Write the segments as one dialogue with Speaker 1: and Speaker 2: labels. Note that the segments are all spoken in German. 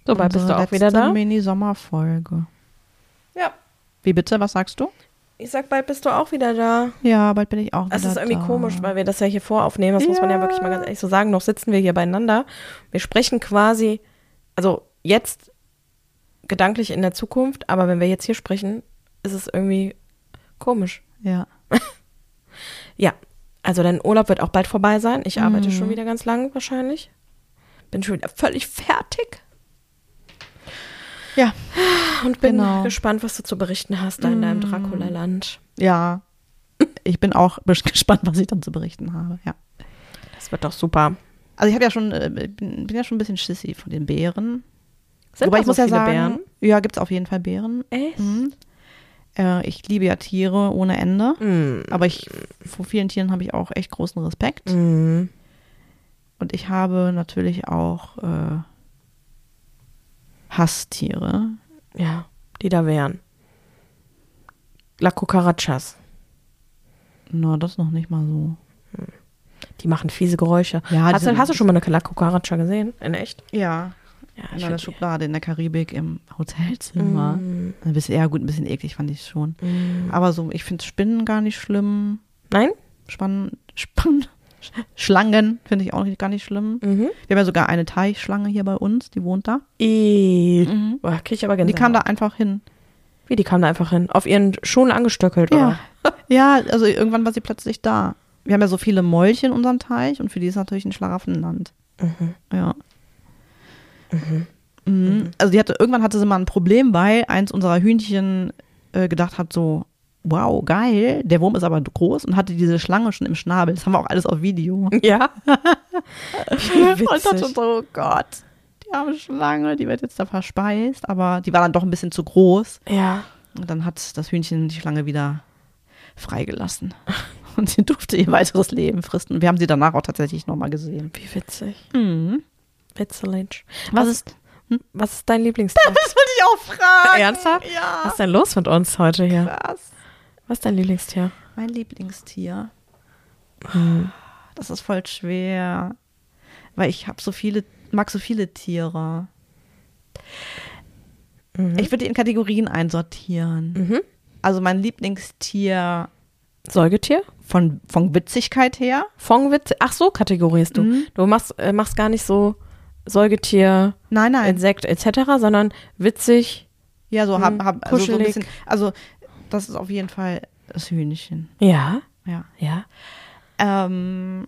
Speaker 1: Oktober bist du auch wieder da.
Speaker 2: Mini-Sommerfolge.
Speaker 3: Ja,
Speaker 2: Wie bitte? Was sagst du?
Speaker 3: ich sag, bald bist du auch wieder da.
Speaker 2: Ja, bald bin ich auch
Speaker 3: Es
Speaker 2: wieder
Speaker 3: ist irgendwie
Speaker 2: da.
Speaker 3: komisch, weil wir das ja hier voraufnehmen. Das muss man ja
Speaker 2: Ja.
Speaker 3: wirklich mal ganz ehrlich so sagen. Noch sitzen wir hier beieinander. Wir sprechen quasi, also jetzt gedanklich in der Zukunft, aber wenn wir jetzt hier sprechen, ist es irgendwie komisch.
Speaker 2: Ja.
Speaker 3: Ja, also dein Urlaub wird auch bald vorbei sein. Ich arbeite schon wieder ganz lang wahrscheinlich. Bin schon wieder völlig fertig
Speaker 2: Ja.
Speaker 3: und bin
Speaker 2: Genau.
Speaker 3: gespannt, was du zu berichten hast da in deinem Dracula-Land.
Speaker 2: Ja. Ich bin auch bes- gespannt, was ich dann zu berichten habe. Ja.
Speaker 3: Das wird doch super.
Speaker 2: Also ich habe ja schon, äh, bin, bin ja schon ein bisschen schissy von den Bären.
Speaker 3: Sind
Speaker 2: Wobei
Speaker 3: da
Speaker 2: ich muss
Speaker 3: so
Speaker 2: ja
Speaker 3: viele
Speaker 2: sagen,
Speaker 3: Bären?
Speaker 2: ja, gibt's auf jeden Fall Bären.
Speaker 3: Echt?
Speaker 2: Mhm. Äh, ich liebe ja Tiere ohne Ende.
Speaker 3: Mhm.
Speaker 2: Aber ich, vor vielen Tieren habe ich auch echt großen Respekt.
Speaker 3: Mhm.
Speaker 2: Und ich habe natürlich auch äh, Hasstiere.
Speaker 3: Ja, die da wären. La Cucarachas.
Speaker 2: Na, das noch nicht mal so.
Speaker 3: Ah, Die machen fiese Geräusche.
Speaker 2: Ja, die
Speaker 3: hast, du,
Speaker 2: sind-
Speaker 3: hast du schon mal eine La Cucaracha gesehen? In echt?
Speaker 2: Ja. In
Speaker 3: ich
Speaker 2: einer
Speaker 3: find Mhm.
Speaker 2: Schublade in der Karibik im Hotelzimmer. Ein bisschen, ja gut, ein bisschen eklig fand ich schon. Aber so, ich finde Spinnen gar nicht schlimm.
Speaker 3: die- Mhm. Nein?
Speaker 2: Spannen, Spannen, Sch- Schlangen finde ich auch nicht, gar nicht schlimm.
Speaker 3: Mhm.
Speaker 2: Wir haben ja sogar eine Teichschlange hier bei uns, die wohnt da.
Speaker 3: I. Boah, krieg ich aber
Speaker 2: Die
Speaker 3: Mhm. Gänsehaut.
Speaker 2: kam da einfach hin.
Speaker 3: Wie, die kam da einfach hin? Auf ihren Schuhen angestöckelt,
Speaker 2: Ja.
Speaker 3: oder?
Speaker 2: ja, also irgendwann war sie plötzlich da. Wir haben ja so viele Molche in unserem Teich und für die ist natürlich ein Schlaraffenland. Ja. Mhm. Also die hatte, irgendwann hatte sie mal ein Problem, weil eins unserer Hühnchen äh, gedacht hat so, wow, geil, der Wurm ist aber groß und hatte diese Schlange schon im Schnabel. Das haben wir auch alles auf Video.
Speaker 3: Ja. Wie
Speaker 2: Und dachte schon
Speaker 3: witzig.
Speaker 2: so, oh Gott, die arme Schlange, die wird jetzt da verspeist, aber die war dann doch ein bisschen zu groß.
Speaker 3: Ja.
Speaker 2: Und dann hat das Hühnchen die Schlange wieder freigelassen. Und sie durfte ihr weiteres Leben fristen. Und wir haben sie danach auch tatsächlich nochmal gesehen.
Speaker 3: Wie witzig.
Speaker 2: Mhm.
Speaker 3: Witzelig.
Speaker 2: Was ist.
Speaker 3: Was ist dein Lieblingstier?
Speaker 2: Das wollte ich auch fragen.
Speaker 3: Ernsthaft? Was
Speaker 2: Ja.
Speaker 3: ist denn los mit uns heute hier?
Speaker 2: Krass.
Speaker 3: Was ist dein Lieblingstier?
Speaker 2: Mein Lieblingstier. Mhm. Das ist voll schwer. Weil ich habe so viele, mag so viele Tiere. Ich würde die in Kategorien einsortieren. Also mein Lieblingstier
Speaker 3: Säugetier?
Speaker 2: von, von Witzigkeit her.
Speaker 3: Fongwitz? Ach so, kategorierst du.
Speaker 2: Mhm.
Speaker 3: Du machst, äh, machst gar nicht so Säugetier,
Speaker 2: Nein, nein.
Speaker 3: Insekt etc., sondern witzig.
Speaker 2: Ja, so hab, hab also so ein
Speaker 3: kuschelig.
Speaker 2: bisschen. Also das ist auf jeden Fall das Hühnchen.
Speaker 3: Ja,
Speaker 2: Ja.
Speaker 3: ja.
Speaker 2: Ähm,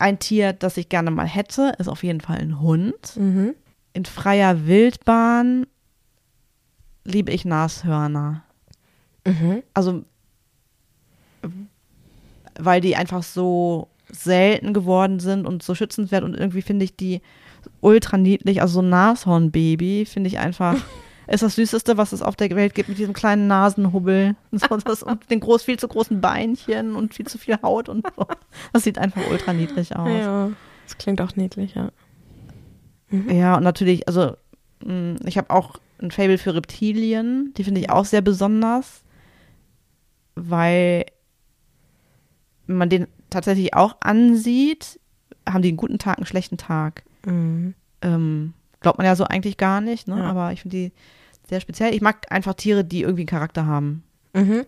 Speaker 2: ein Tier, das ich gerne mal hätte, ist auf jeden Fall ein Hund.
Speaker 3: Mhm.
Speaker 2: In freier Wildbahn liebe ich Nashörner.
Speaker 3: Mhm.
Speaker 2: Also weil die einfach so selten geworden sind und so schützenswert und irgendwie finde ich die ultra niedlich. Also so ein Nashornbaby finde ich einfach ist das Süßeste, was es auf der Welt gibt mit diesem kleinen Nasenhubbel und, so, das, und den groß, viel zu großen Beinchen und viel zu viel Haut und so. Das sieht einfach ultra niedlich aus.
Speaker 3: Ja, Oh, das klingt auch niedlich, ja.
Speaker 2: Ja, und natürlich, also mh, ich habe auch ein Fable für Reptilien, die finde ich auch sehr besonders, weil man den tatsächlich auch ansieht, haben die einen guten Tag, einen schlechten Tag.
Speaker 3: Mhm.
Speaker 2: Ähm, glaubt man ja so eigentlich gar nicht, ne?
Speaker 3: Ja.
Speaker 2: aber ich finde die sehr speziell. Ich mag einfach Tiere, die irgendwie einen Charakter haben.
Speaker 3: Mhm.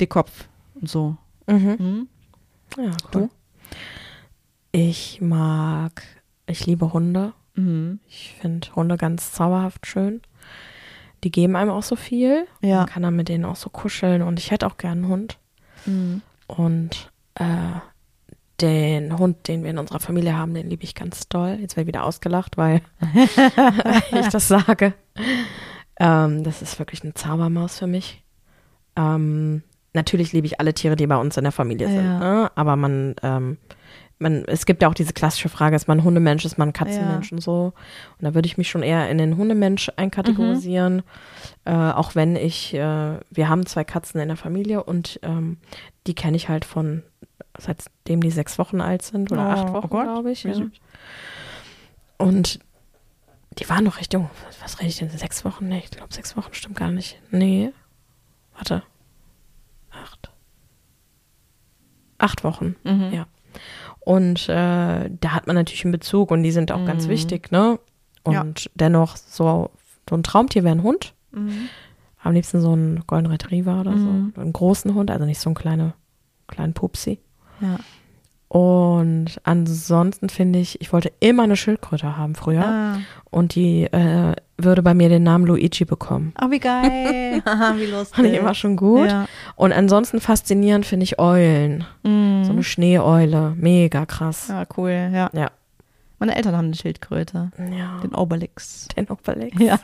Speaker 2: Dickkopf und so.
Speaker 3: Mhm.
Speaker 2: Hm?
Speaker 3: Ja, cool. Ich mag, ich liebe Hunde.
Speaker 2: Mhm.
Speaker 3: Ich finde Hunde ganz zauberhaft schön. Die geben einem auch so viel.
Speaker 2: Ja.
Speaker 3: Man kann dann mit denen auch so kuscheln und ich hätte auch gern einen Hund.
Speaker 2: Mhm.
Speaker 3: Und äh, den Hund, den wir in unserer Familie haben, den liebe ich ganz doll. Jetzt werde ich wieder ausgelacht, weil ich das sage. Ähm, das ist wirklich eine Zaubermaus für mich. Ähm, natürlich liebe ich alle Tiere, die bei uns in der Familie sind.
Speaker 2: Ja.
Speaker 3: Ne? Aber man, ähm, man, es gibt ja auch diese klassische Frage, ist man ein Hundemensch, ist man ein Katzenmensch und so. Und da würde ich mich schon eher in den Hundemensch einkategorisieren. Äh, auch wenn ich, äh, wir haben zwei Katzen in der Familie und ähm, die kenne ich halt von, seitdem die sechs Wochen alt sind oder
Speaker 2: Oh,
Speaker 3: acht
Speaker 2: oh
Speaker 3: Wochen,
Speaker 2: Gott,
Speaker 3: glaube ich.
Speaker 2: wie
Speaker 3: Ja.
Speaker 2: süß.
Speaker 3: Und die waren noch recht jung. Was, was rede ich denn? Sechs Wochen? Nee, ich glaube, sechs Wochen stimmt gar nicht. Nee. Warte. Acht. Acht Wochen,
Speaker 2: Mhm.
Speaker 3: ja. Und äh,
Speaker 2: Mhm.
Speaker 3: da hat man natürlich einen Bezug und die sind auch ganz wichtig, ne? Und dennoch so so ein Traumtier wäre ein Hund.
Speaker 2: Mhm.
Speaker 3: Am liebsten so ein Golden Retriever oder
Speaker 2: Mhm.
Speaker 3: so. Einen großen Hund, also nicht so einen kleinen, kleinen Pupsi.
Speaker 2: Ja.
Speaker 3: Und ansonsten finde ich, ich wollte immer eine Schildkröte haben früher.
Speaker 2: Ah.
Speaker 3: Und die äh, würde bei mir den Namen Luigi bekommen.
Speaker 2: Oh, wie geil. Haha, wie lustig.
Speaker 3: Fand ich immer schon gut.
Speaker 2: Ja.
Speaker 3: Und ansonsten faszinierend finde ich Eulen. So eine Schneeeule. Mega krass.
Speaker 2: ja, Ah, cool. Ja.
Speaker 3: Ja.
Speaker 2: Meine Eltern haben eine Schildkröte.
Speaker 3: Ja.
Speaker 2: Den Obelix.
Speaker 3: Den Obelix.
Speaker 2: Ja.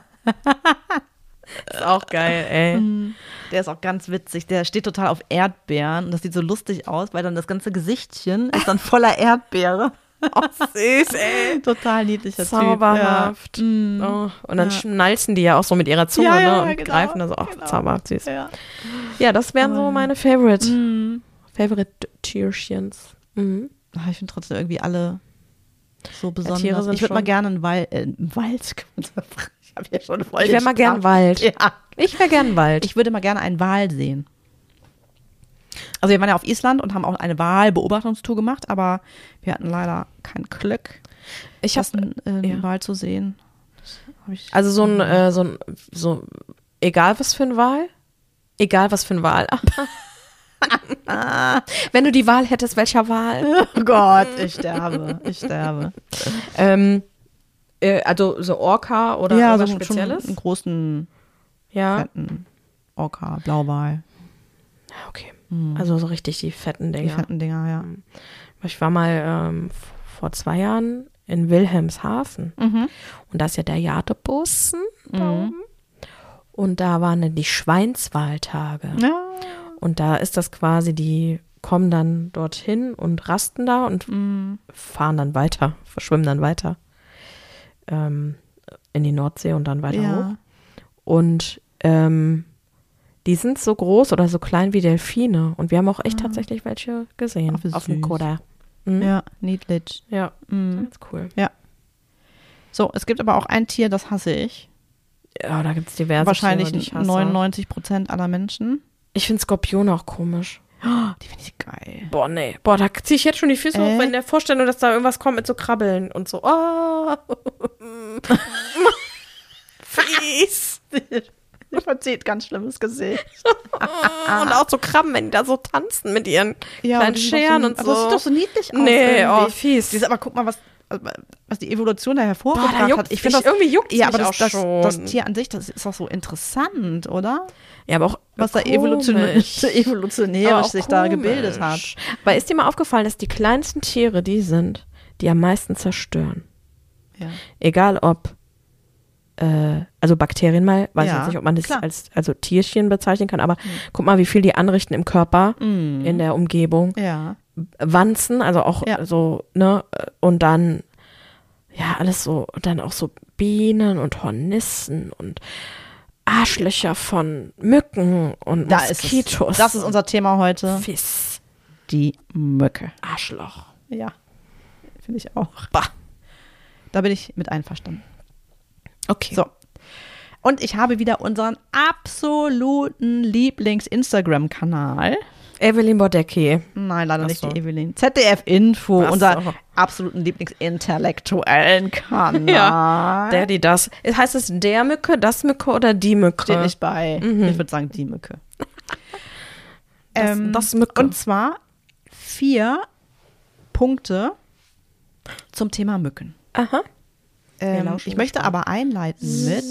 Speaker 3: Ist auch geil, ey.
Speaker 2: Der ist auch ganz witzig. Der steht total auf Erdbeeren und das sieht so lustig aus, weil dann das ganze Gesichtchen ist dann voller Erdbeere.
Speaker 3: Oh, süß, ey.
Speaker 2: Total niedlicher
Speaker 3: Zauberhaft.
Speaker 2: Typ. Ja. Mm.
Speaker 3: Oh, und
Speaker 2: Ja.
Speaker 3: dann schnalzen die ja auch so mit ihrer Zunge
Speaker 2: Ja, ja,
Speaker 3: ne, und
Speaker 2: genau,
Speaker 3: greifen da so, ach,
Speaker 2: genau.
Speaker 3: zauberhaft süß.
Speaker 2: Ja.
Speaker 3: Ja, das wären so meine Favorite,
Speaker 2: Mm.
Speaker 3: Favorite Tierchens. Mhm.
Speaker 2: Ah, Ich finde trotzdem irgendwie alle so besonders.
Speaker 3: Tiere sind
Speaker 2: ich würde mal
Speaker 3: schon-
Speaker 2: gerne einen Wal äh, einen Wald. ich habe ja schon voll
Speaker 3: Ich wäre
Speaker 2: den
Speaker 3: mal gern
Speaker 2: Straf-
Speaker 3: Wald.
Speaker 2: Ja.
Speaker 3: Ich wäre gern Wald.
Speaker 2: Ich würde mal gerne einen Wal sehen. Also wir waren ja auf Island und haben auch eine Wahlbeobachtungstour gemacht, aber wir hatten leider kein Glück,
Speaker 3: Ich
Speaker 2: das, äh, einen
Speaker 3: ja.
Speaker 2: Wal zu sehen. Das hab ich-
Speaker 3: also so ein, äh, so ein, so, egal was für ein Wahl, egal was für ein Wahl. Ah, Wenn du die Wahl hättest, welcher Wahl?
Speaker 2: oh Gott, ich sterbe, ich sterbe.
Speaker 3: ähm, äh, also so Orca oder irgendwas Spezielles?
Speaker 2: schon einen großen,
Speaker 3: ja.
Speaker 2: fetten Orca, Blauwal,
Speaker 3: Ah, Okay. Also so richtig die fetten
Speaker 2: die
Speaker 3: Dinger.
Speaker 2: fetten Dinger, ja.
Speaker 3: Ich war mal ähm, v- vor zwei Jahren in Wilhelmshaven.
Speaker 2: Mhm.
Speaker 3: Und da ist ja der Jadebussen da oben. Und da waren dann die Schweinswahltage.
Speaker 2: Mhm. Ja,
Speaker 3: Und da ist das quasi, die kommen dann dorthin und rasten da und fahren dann weiter, verschwimmen dann weiter ähm, in die Nordsee und dann weiter hoch.
Speaker 2: ja.
Speaker 3: Und ähm, die sind so groß oder so klein wie Delfine. Und wir haben auch echt tatsächlich welche gesehen
Speaker 2: Ah. Ach, wie
Speaker 3: auf dem
Speaker 2: süß.
Speaker 3: Koda.
Speaker 2: ja, niedlich.
Speaker 3: Ja,
Speaker 2: Mhm.
Speaker 3: ganz cool.
Speaker 2: So, es gibt aber auch ein Tier, das hasse ich.
Speaker 3: Ja, da gibt es diverse
Speaker 2: Wahrscheinlich
Speaker 3: Tiere, die ich hasse.
Speaker 2: 99 Prozent aller Menschen.
Speaker 3: Ich finde Skorpione auch komisch. Oh,
Speaker 2: Die finde ich geil.
Speaker 3: Boah, nee. Boah, da ziehe ich jetzt schon die Füße
Speaker 2: Äh?
Speaker 3: hoch, wenn der Vorstellung, dass da irgendwas kommt mit so Krabbeln und so. Oh. Fies.
Speaker 2: Sie verzieht ganz schlimmes Gesicht. Ah.
Speaker 3: Und auch so Krabben, wenn die da so tanzen mit ihren kleinen Scheren und so.
Speaker 2: Aber das sieht doch so niedlich aus.
Speaker 3: Nee,
Speaker 2: irgendwie.
Speaker 3: oh, fies.
Speaker 2: Die ist, aber guck mal, was, was die Evolution Oh, da
Speaker 3: Boah, da
Speaker 2: hervorgebracht
Speaker 3: juckt
Speaker 2: hat. Ich
Speaker 3: mich-
Speaker 2: finde das
Speaker 3: irgendwie juckt's
Speaker 2: Ja, aber
Speaker 3: mich
Speaker 2: das,
Speaker 3: auch
Speaker 2: das,
Speaker 3: schon.
Speaker 2: das Tier an sich, das ist doch so interessant, oder?
Speaker 3: ja, aber auch
Speaker 2: Was da
Speaker 3: komisch.
Speaker 2: evolutionär, evolutionär
Speaker 3: Aber auch
Speaker 2: sich da
Speaker 3: komisch.
Speaker 2: gebildet hat.
Speaker 3: Aber ist dir mal aufgefallen, dass die kleinsten Tiere die sind, die am meisten zerstören?
Speaker 2: Ja.
Speaker 3: egal ob äh, also Bakterien mal, weiß
Speaker 2: Ja,
Speaker 3: jetzt nicht, ob man das
Speaker 2: klar. Hm.
Speaker 3: als also Tierchen bezeichnen kann, aber guck mal, wie viel die anrichten im Körper,
Speaker 2: Mhm.
Speaker 3: in der Umgebung,
Speaker 2: ja.
Speaker 3: Wanzen, also auch
Speaker 2: Ja.
Speaker 3: so ne und dann ja alles so und dann auch so Bienen und Hornissen und Arschlöcher von Mücken und
Speaker 2: Da ist
Speaker 3: Moskitos.
Speaker 2: es. Das ist unser Thema heute.
Speaker 3: Fiss,
Speaker 2: Die Mücke.
Speaker 3: Arschloch.
Speaker 2: Ja. Finde ich auch. Da bin ich mit einverstanden.
Speaker 3: Okay.
Speaker 2: So. Und ich habe wieder unseren absoluten Lieblings-Instagram-Kanal.
Speaker 3: Evelyn Bodecki.
Speaker 2: Nein, leider
Speaker 3: Ach
Speaker 2: nicht
Speaker 3: so.
Speaker 2: die Evelyn. ZDF Info,
Speaker 3: Ach
Speaker 2: unseren
Speaker 3: so.
Speaker 2: absoluten Lieblingsintellektuellen Kanal.
Speaker 3: Ja. Der, die, das. Heißt es der Mücke, das Mücke oder die Mücke?
Speaker 2: Steht nicht bei. Ich würde sagen, die Mücke.
Speaker 3: Mhm.
Speaker 2: Ähm,
Speaker 3: Das- das Mücke.
Speaker 2: Und zwar vier Punkte zum Thema Mücken.
Speaker 3: Aha.
Speaker 2: Ähm,
Speaker 3: lauschen
Speaker 2: ich möchte aber einleiten mit,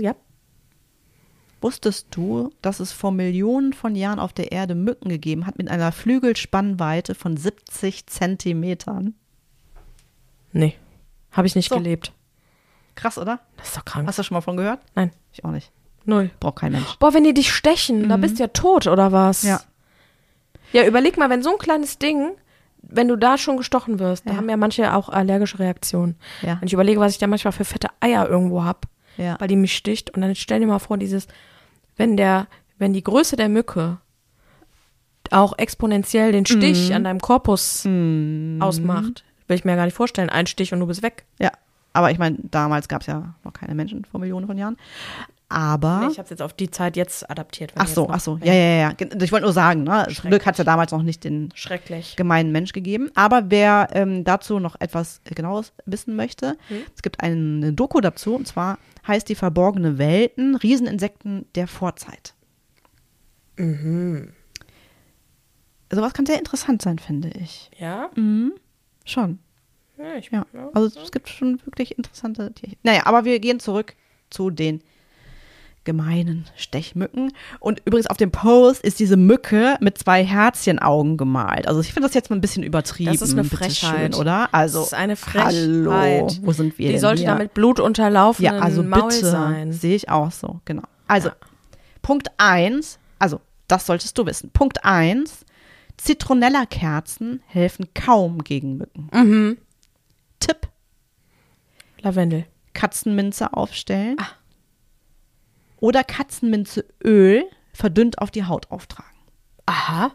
Speaker 3: Ja.
Speaker 2: wusstest du, dass es vor Millionen von Jahren auf der Erde Mücken gegeben hat mit einer Flügelspannweite von 70 Zentimetern?
Speaker 3: Nee. Habe ich nicht
Speaker 2: So.
Speaker 3: gelebt.
Speaker 2: Krass, oder?
Speaker 3: Das ist doch krank.
Speaker 2: Hast du schon mal von gehört?
Speaker 3: Nein.
Speaker 2: Ich auch nicht.
Speaker 3: Null.
Speaker 2: Braucht kein Mensch.
Speaker 3: Boah, wenn die dich stechen, da bist du ja tot, oder was?
Speaker 2: Mhm. Ja.
Speaker 3: Ja, überleg mal, wenn so ein kleines Ding, wenn du da schon gestochen wirst, da haben ja manche auch allergische Reaktionen.
Speaker 2: Ja.
Speaker 3: Wenn ich überlege, was ich da manchmal für fette Eier irgendwo hab,
Speaker 2: Ja.
Speaker 3: weil die mich sticht. Und dann stell dir mal vor, dieses, wenn der, wenn die Größe der Mücke auch exponentiell den Stich
Speaker 2: Mhm.
Speaker 3: an deinem Korpus
Speaker 2: Hm.
Speaker 3: ausmacht, will ich mir ja gar nicht vorstellen. Ein Stich und du bist weg.
Speaker 2: Ja. Aber ich meine, damals gab es ja noch keine Menschen vor Millionen von Jahren. Aber.
Speaker 3: Nee, ich habe es jetzt auf die Zeit jetzt adaptiert. wenn
Speaker 2: ach
Speaker 3: ihr
Speaker 2: so,
Speaker 3: jetzt noch-
Speaker 2: ach so. Ja, ja, ja. Gen- Ich wollte nur sagen, ne? Zum Glück hat es ja damals noch nicht den
Speaker 3: Schrecklich.
Speaker 2: gemeinen Mensch gegeben. Aber wer ähm, dazu noch etwas Genaues wissen möchte, es gibt eine Doku dazu und zwar heißt die Verborgene Welten, Rieseninsekten der Vorzeit. Mhm. Sowas kann sehr interessant sein, finde ich. Mhm.
Speaker 3: Ja?
Speaker 2: Schon,
Speaker 3: ja, ich,
Speaker 2: ja. Also es gibt schon wirklich interessante Tierchen. Naja, aber wir gehen zurück zu den gemeinen Stechmücken. Und übrigens auf dem Post ist diese Mücke mit zwei Herzchenaugen gemalt. Also ich finde das jetzt mal ein bisschen übertrieben.
Speaker 3: Das ist eine
Speaker 2: bitteschön,
Speaker 3: Frechheit.
Speaker 2: oder? Also,
Speaker 3: Das ist eine
Speaker 2: Hallo,
Speaker 3: Frechheit.
Speaker 2: wo sind wir
Speaker 3: Die
Speaker 2: denn
Speaker 3: sollte
Speaker 2: hier?
Speaker 3: damit Blut unterlaufen
Speaker 2: ja, also
Speaker 3: Maul
Speaker 2: bitte,
Speaker 3: sein.
Speaker 2: sehe ich auch so, genau. Also, Punkt 1, also das solltest du wissen. Punkt 1, Zitronella-Kerzen helfen kaum gegen Mücken. Tipp
Speaker 3: Lavendel.
Speaker 2: Katzenminze aufstellen.
Speaker 3: Ah.
Speaker 2: Oder Katzenminzeöl verdünnt auf die Haut auftragen.
Speaker 3: Aha.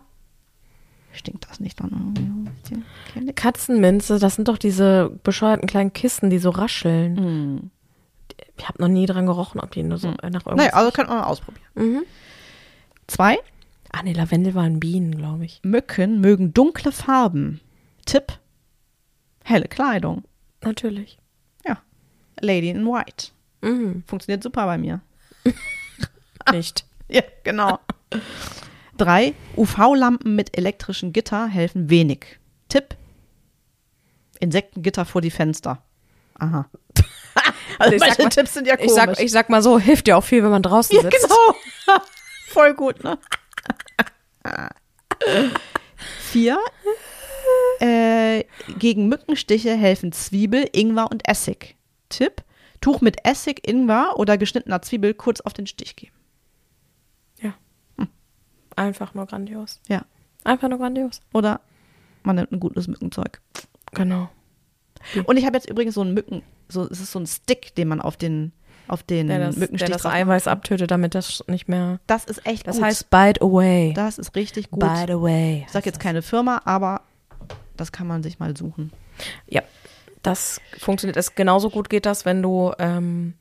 Speaker 2: Stinkt das nicht dann irgendwie? Keine-
Speaker 3: Katzenminze, das sind doch diese bescheuerten kleinen Kissen, die so rascheln.
Speaker 2: Mhm.
Speaker 3: Hm. Ich habe noch nie dran gerochen, ob die nur so nach irgendwas. Mhm.
Speaker 2: Naja, also kann man mal ausprobieren. Zwei,
Speaker 3: Ah nee, Lavendel waren Bienen, glaube ich.
Speaker 2: Mücken mögen dunkle Farben. Tipp, helle Kleidung.
Speaker 3: Natürlich.
Speaker 2: Ja, Lady in White.
Speaker 3: Mhm.
Speaker 2: Funktioniert super bei mir. Ah,
Speaker 3: Nicht.
Speaker 2: Ja, genau. Drei, UV-Lampen mit elektrischen Gitter helfen wenig. Tipp, Insektengitter vor die Fenster. Aha. Also
Speaker 3: Ich
Speaker 2: meine
Speaker 3: sag mal-
Speaker 2: Tipps sind ja komisch.
Speaker 3: Ich sag, ich sag mal so, hilft ja auch viel, wenn man draußen
Speaker 2: ja,
Speaker 3: sitzt.
Speaker 2: genau. Voll gut, ne? Vier, äh, gegen Mückenstiche helfen Zwiebel, Ingwer und Essig. Tipp, Tuch mit Essig, Ingwer oder geschnittener Zwiebel kurz auf den Stich geben.
Speaker 3: Ja. Einfach nur grandios.
Speaker 2: Ja,
Speaker 3: Einfach nur grandios.
Speaker 2: oder man nimmt ein gutes Mückenzeug.
Speaker 3: Genau.
Speaker 2: Und ich habe jetzt übrigens so einen Mücken, so es ist so ein Stick, den man auf den auf den
Speaker 3: Der das, der
Speaker 2: Mückenstich
Speaker 3: das
Speaker 2: drauf-
Speaker 3: Eiweiß abtötet, damit das nicht mehr.
Speaker 2: Das ist echt
Speaker 3: Das
Speaker 2: gut.
Speaker 3: heißt bite away.
Speaker 2: das ist richtig gut.
Speaker 3: Bite away.
Speaker 2: Ich sag jetzt keine Firma, aber das kann man sich mal suchen.
Speaker 3: Ja, das funktioniert. Es genauso gut geht das, wenn du, ähm,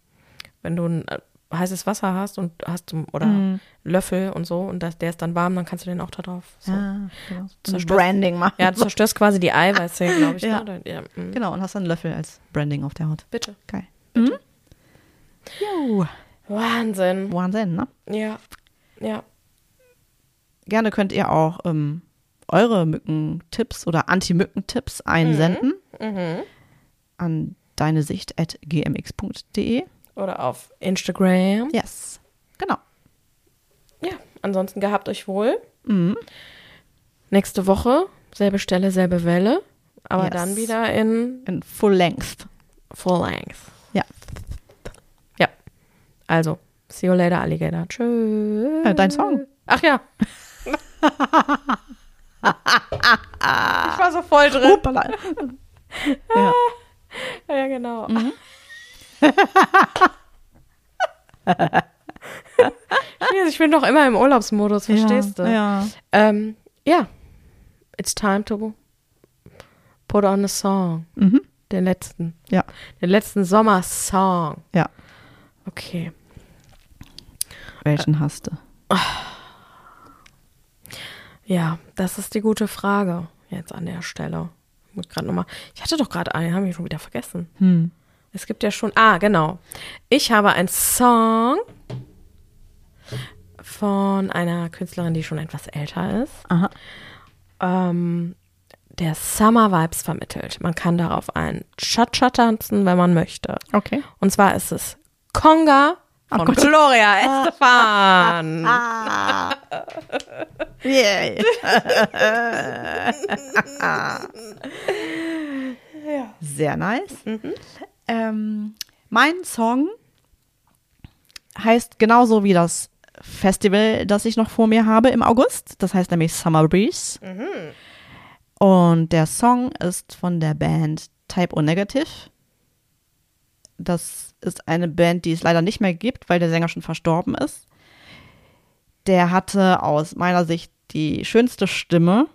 Speaker 3: wenn du ein äh, heißes Wasser hast und hast du, oder Löffel und so und das, der ist dann warm, dann kannst du den auch da drauf. Ah, So. Ja.
Speaker 2: Ja, genau. Ein
Speaker 3: Zerstört-
Speaker 2: Branding machen.
Speaker 3: du zerstörst quasi die Eiweiße, glaube ich.
Speaker 2: Ja.
Speaker 3: Ne? Oder- ja. mhm.
Speaker 2: Genau, und hast dann einen Löffel als Branding auf der Haut.
Speaker 3: Bitte.
Speaker 2: Geil. Mhm. Jo,
Speaker 3: Wahnsinn.
Speaker 2: Wahnsinn, ne?
Speaker 3: Ja. Ja.
Speaker 2: Gerne könnt ihr auch ähm, eure Mückentipps oder Anti-Mückentipps einsenden
Speaker 3: Mhm.
Speaker 2: an deine Sicht at gmx.de.
Speaker 3: Oder auf Instagram.
Speaker 2: Yes. Genau.
Speaker 3: Ja. Ansonsten gehabt euch wohl.
Speaker 2: Mhm.
Speaker 3: Nächste Woche, selbe Stelle, selbe Welle. Aber
Speaker 2: Yes.
Speaker 3: dann wieder in
Speaker 2: In full length.
Speaker 3: Full Length.
Speaker 2: Ja.
Speaker 3: Ja. Also, see you later, Alligator. Tschüss.
Speaker 2: Äh, dein Song.
Speaker 3: Ach ja. ich war so voll drin.
Speaker 2: Hoppala.
Speaker 3: Ah,
Speaker 2: ja.
Speaker 3: Ja, genau.
Speaker 2: Mhm.
Speaker 3: also ich bin doch immer im Urlaubsmodus, verstehst
Speaker 2: ja,
Speaker 3: du?
Speaker 2: Ja.
Speaker 3: Ähm, ja. It's time to put on a song.
Speaker 2: Mhm.
Speaker 3: Den letzten.
Speaker 2: Ja.
Speaker 3: Den letzten Sommersong.
Speaker 2: Ja.
Speaker 3: Okay.
Speaker 2: Welchen hast du?
Speaker 3: Ja, das ist die gute Frage jetzt an der Stelle. Ich muss gerade nochmal. Ich hatte doch gerade einen, habe ich schon wieder vergessen.
Speaker 2: Hm.
Speaker 3: Es gibt ja schon. Ah, genau. Ich habe einen Song von einer Künstlerin, die schon etwas älter ist.
Speaker 2: Aha.
Speaker 3: Ähm, der Summer Vibes vermittelt. Man kann darauf einen Cha-Cha tanzen, wenn man möchte.
Speaker 2: Okay.
Speaker 3: Und zwar ist es Conga von
Speaker 2: Gott.
Speaker 3: Gloria Estefan.
Speaker 2: Yeah. Sehr nice. Ähm, mein Song heißt genauso wie das Festival, das ich noch vor mir habe im August. Das heißt nämlich Summer Breeze. Und der Song ist von der Band Type O Negative. Das ist eine Band, die es leider nicht mehr gibt, weil der Sänger schon verstorben ist. Der hatte aus meiner Sicht die schönste Stimme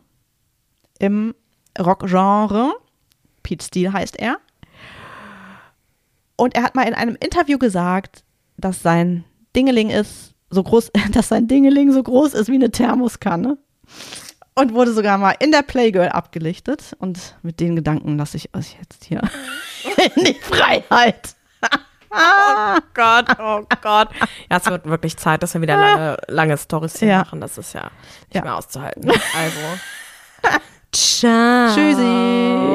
Speaker 2: im Rockgenre. Pete Steele heißt er. Und er hat mal in einem Interview gesagt, dass sein Dingeling ist so groß, dass sein Dingeling so groß ist wie eine Thermoskanne. Und wurde sogar mal in der Playgirl abgelichtet. Und mit den Gedanken lasse ich euch jetzt hier in die Freiheit.
Speaker 3: Oh Gott, oh Gott. Ja, es wird wirklich Zeit, dass wir wieder lange, lange Storys hier
Speaker 2: Ja.
Speaker 3: machen. Das ist ja nicht
Speaker 2: Ja.
Speaker 3: mehr auszuhalten. Also. Ciao.
Speaker 2: Tschüssi.